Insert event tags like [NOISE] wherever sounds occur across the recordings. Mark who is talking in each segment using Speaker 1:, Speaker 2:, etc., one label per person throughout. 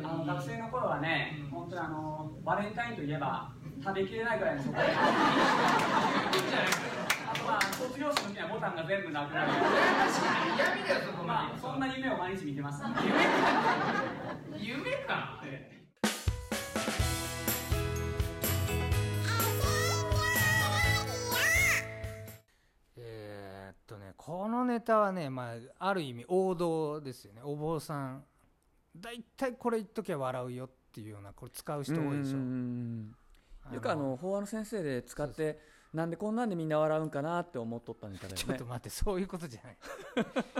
Speaker 1: の学生の頃はね、本当にあのバレンタインといえば食べきれないぐらいのそこで、あとまあ卒業式の時にはボタンが全部なくなる、
Speaker 2: 確かに嫌味だよそこ
Speaker 1: まあそん
Speaker 2: な
Speaker 1: な夢を毎日見てます。
Speaker 2: 夢か
Speaker 3: えーっとねこのネタはね、まあ、ある意味王道ですよねお坊さん大体これ言っときゃ笑うよっていうようなこれ使う人多いでしょ
Speaker 4: うんうんうんうんよくあの法話の先生で使ってなんでこんなんでみんな笑うんかなって思っとったネタだよね
Speaker 3: ちょっと待ってそういうことじゃ
Speaker 4: [LAUGHS]
Speaker 3: ない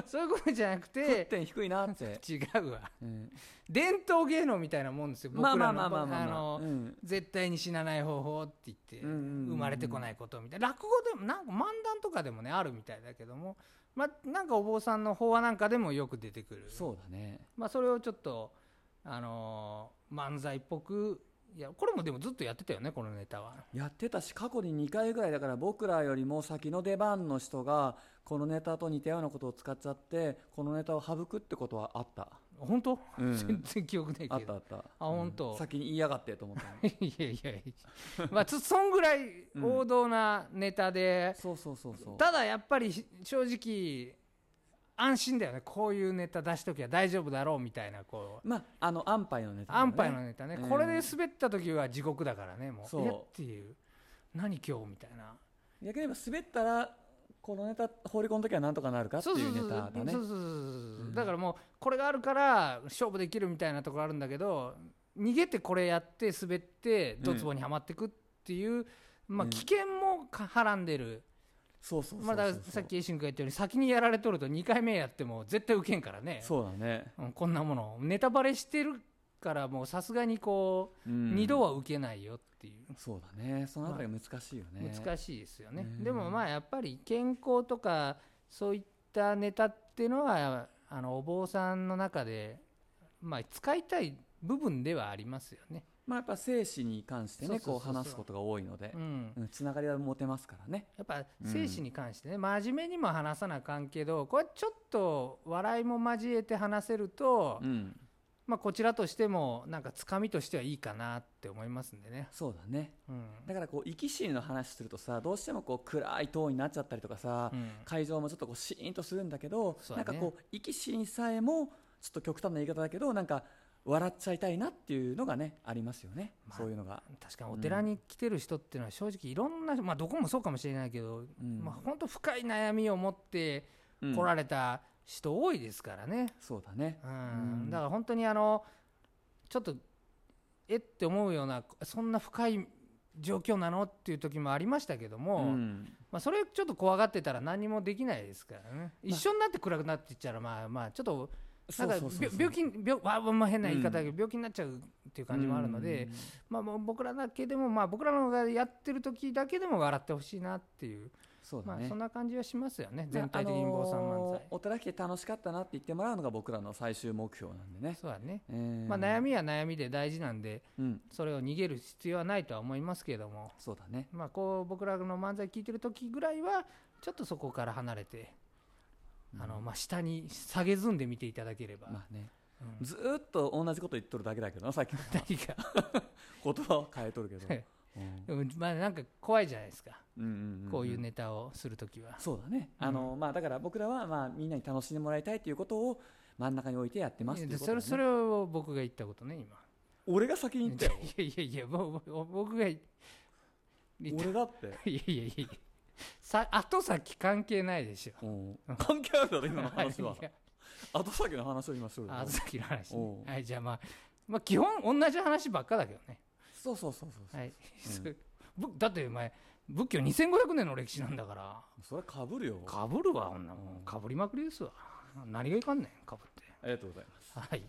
Speaker 3: そういうことじゃなく
Speaker 4: 沸
Speaker 3: て
Speaker 4: 点低いな
Speaker 3: [LAUGHS]
Speaker 4: って、
Speaker 3: 違うわ
Speaker 4: うん
Speaker 3: 伝統芸能みたいなもんですよ僕
Speaker 4: ま
Speaker 3: ら
Speaker 4: あ
Speaker 3: の
Speaker 4: まあまあまあまあ
Speaker 3: あ
Speaker 4: まあ
Speaker 3: の
Speaker 4: うん
Speaker 3: 絶対に死なない方法って言って
Speaker 4: うんうんうんうん
Speaker 3: 生まれてこないことみたいな落語でもなんか漫談とかでもねあるみたいだけどもまあなんかお坊さんの法話なんかでもよく出てくる
Speaker 4: そうだね
Speaker 3: まあそれをちょっとあのー漫才っぽくいやこれもでもずっとやってたよねこのネタは
Speaker 4: やってたし過去に2回ぐらいだから僕らよりも先の出番の人がこのネタと似たようなことを使っちゃってこのネタを省くってことはあった
Speaker 3: 本当、
Speaker 4: うん
Speaker 3: 全然記憶ない
Speaker 4: あっ
Speaker 3: け
Speaker 4: た
Speaker 3: ど
Speaker 4: あったあ
Speaker 3: 本当
Speaker 4: 先に言いやがってと思ったの
Speaker 3: [LAUGHS] いやいやいやまあつそんぐらい王道なネタで、
Speaker 4: そうそうそうそう
Speaker 3: ただやっぱりし正直安心だよねこういうネタ出しときは大丈夫だろうみたいなこう
Speaker 4: まああの安牌のネタだよ
Speaker 3: 安
Speaker 4: ね、
Speaker 3: 牌のネタね、
Speaker 4: うん
Speaker 3: これで滑った時は地獄だからねも
Speaker 4: そう
Speaker 3: うえっていう何今日みたいな
Speaker 4: 逆に言えば滑ったらこのネタ放り込む時はなんとかなるかって
Speaker 3: そう
Speaker 4: い
Speaker 3: そう
Speaker 4: う
Speaker 3: そ
Speaker 4: ネ
Speaker 3: う
Speaker 4: タだね
Speaker 3: そうそうそうそうだからもうこれがあるから勝負できるみたいなところあるんだけど逃げてこれやって滑ってドツボにはまってくっていう、まあ、
Speaker 4: うん
Speaker 3: 危険もかはらんでる、
Speaker 4: そうそうそうそう
Speaker 3: まあ、だからさっき栄信君が言ったように先にやられとると2回目やっても絶対受けんからね
Speaker 4: そうだね、
Speaker 3: うんこんなものネタバレしてるからもうさすがにこ
Speaker 4: う
Speaker 3: う、
Speaker 4: ん
Speaker 3: 二度は受けないよっていう
Speaker 4: そうだねそのあたりが難しいよね、
Speaker 3: 難しいですよね、
Speaker 4: うん
Speaker 3: でもまあやっぱり健康とかそういったネタっていうのはあのお坊さんの中で、まあ、使いたい部分ではありますよね、
Speaker 4: まあやっぱ生死に関してね
Speaker 3: そうそうそうそう
Speaker 4: こう話すことが多いので
Speaker 3: う、ん、
Speaker 4: うんつながりは持てますからね
Speaker 3: やっぱ生死に関してね、真面目にも話さなあかんけどこれちょっと笑いも交えて話せると、
Speaker 4: うん
Speaker 3: まあ、こちらとしてもなんかつかみとしてはいいかなって思いますんでね、
Speaker 4: そうだね
Speaker 3: うん
Speaker 4: だからこう生き死にの話するとさどうしてもこう暗いトーンになっちゃったりとかさ、
Speaker 3: うん
Speaker 4: 会場もちょっとこうシーンとするんだけど、
Speaker 3: そう
Speaker 4: な
Speaker 3: だ
Speaker 4: ん
Speaker 3: ね
Speaker 4: かこう生き死にさえもちょっと極端な言い方だけどなんか笑っちゃいたいなっていうのがねありますよね、
Speaker 3: まあ
Speaker 4: そういうのが、
Speaker 3: 確かにお寺に来てる人っていうのは正直いろんな、まあ、どこもそうかもしれないけど、
Speaker 4: うん
Speaker 3: まあ、本当深い悩みを持って
Speaker 4: うん
Speaker 3: 来られた人多いですからね、
Speaker 4: そうだね
Speaker 3: うん
Speaker 4: うん
Speaker 3: だから本当にあのちょっとえって思うようなそんな深い状況なのっていう時もありましたけども、
Speaker 4: うん
Speaker 3: まあ、それちょっと怖がってたら何もできないですからね一緒になって暗くなっていっちゃうまあまあちょっと
Speaker 4: そ
Speaker 3: な
Speaker 4: うん
Speaker 3: か
Speaker 4: そうそうそう
Speaker 3: 病病気病わあまあ変な言い方だけど、病気になっちゃうっていう感じもあるので、
Speaker 4: うん
Speaker 3: まあ、もう僕らだけでも、まあ、僕らのがやってる時だけでも笑ってほしいなっていう、
Speaker 4: そうだ
Speaker 3: ま
Speaker 4: ね、
Speaker 3: あ、そんな感じはしますよ
Speaker 4: ま
Speaker 3: ね、
Speaker 4: あ
Speaker 3: 全体的に坊さ
Speaker 4: あ
Speaker 3: ん漫才
Speaker 4: のー。お寺来て楽しかったなって言ってもらうのが僕らの最終目標なんでね、
Speaker 3: そうだね、
Speaker 4: えー
Speaker 3: まあ、悩、みは悩みで大事なんで、
Speaker 4: うん、
Speaker 3: それを逃げる必要はないとは思いますけれども、
Speaker 4: そうだね
Speaker 3: まあ、こう僕らの漫才聞いてる時ぐらいは、ちょっとそこから離れて、あのまあ、下に下げずんで見ていただければ、
Speaker 4: まあね
Speaker 3: うん
Speaker 4: ずーっと同じこと言っとるだけだけどなさっき [LAUGHS] の
Speaker 3: 何か、
Speaker 4: 言葉を変えとるけど、
Speaker 3: はい
Speaker 4: うん
Speaker 3: うんまあ、なんか怖いじゃないですか、
Speaker 4: うんんんん
Speaker 3: こういうネタをする時は。
Speaker 4: そうだね、あのまあだから僕らはまあみんなに楽しんでもらいたいということを真ん中に置いてやってますって
Speaker 3: い
Speaker 4: い
Speaker 3: や
Speaker 4: うこと
Speaker 3: そ
Speaker 4: だ
Speaker 3: れ
Speaker 4: ね
Speaker 3: それを僕が言ったことね、今。
Speaker 4: 俺が先に言ったよ
Speaker 3: いやいやいや、もうもう僕が言言った。
Speaker 4: 俺だって
Speaker 3: いやいやいやさ、後先関係ないでしょ。
Speaker 4: うん関係あるだろ今の話 [LAUGHS] はい
Speaker 3: や
Speaker 4: 後先の話を今する
Speaker 3: 後先の話ね、
Speaker 4: おう
Speaker 3: はい、じゃあまあ、まあ、基本同じ話ばっかだけどね。
Speaker 4: そうそうそうそうそう、
Speaker 3: はい。
Speaker 4: うん
Speaker 3: そう [LAUGHS] ぶだってお前、仏教2500年の歴史なんだから、
Speaker 4: それはかぶるよ
Speaker 3: かぶるわ、女もん。かぶりまくりですわ。何がいかんねん、かぶって。
Speaker 4: ありがとうございます
Speaker 3: はい。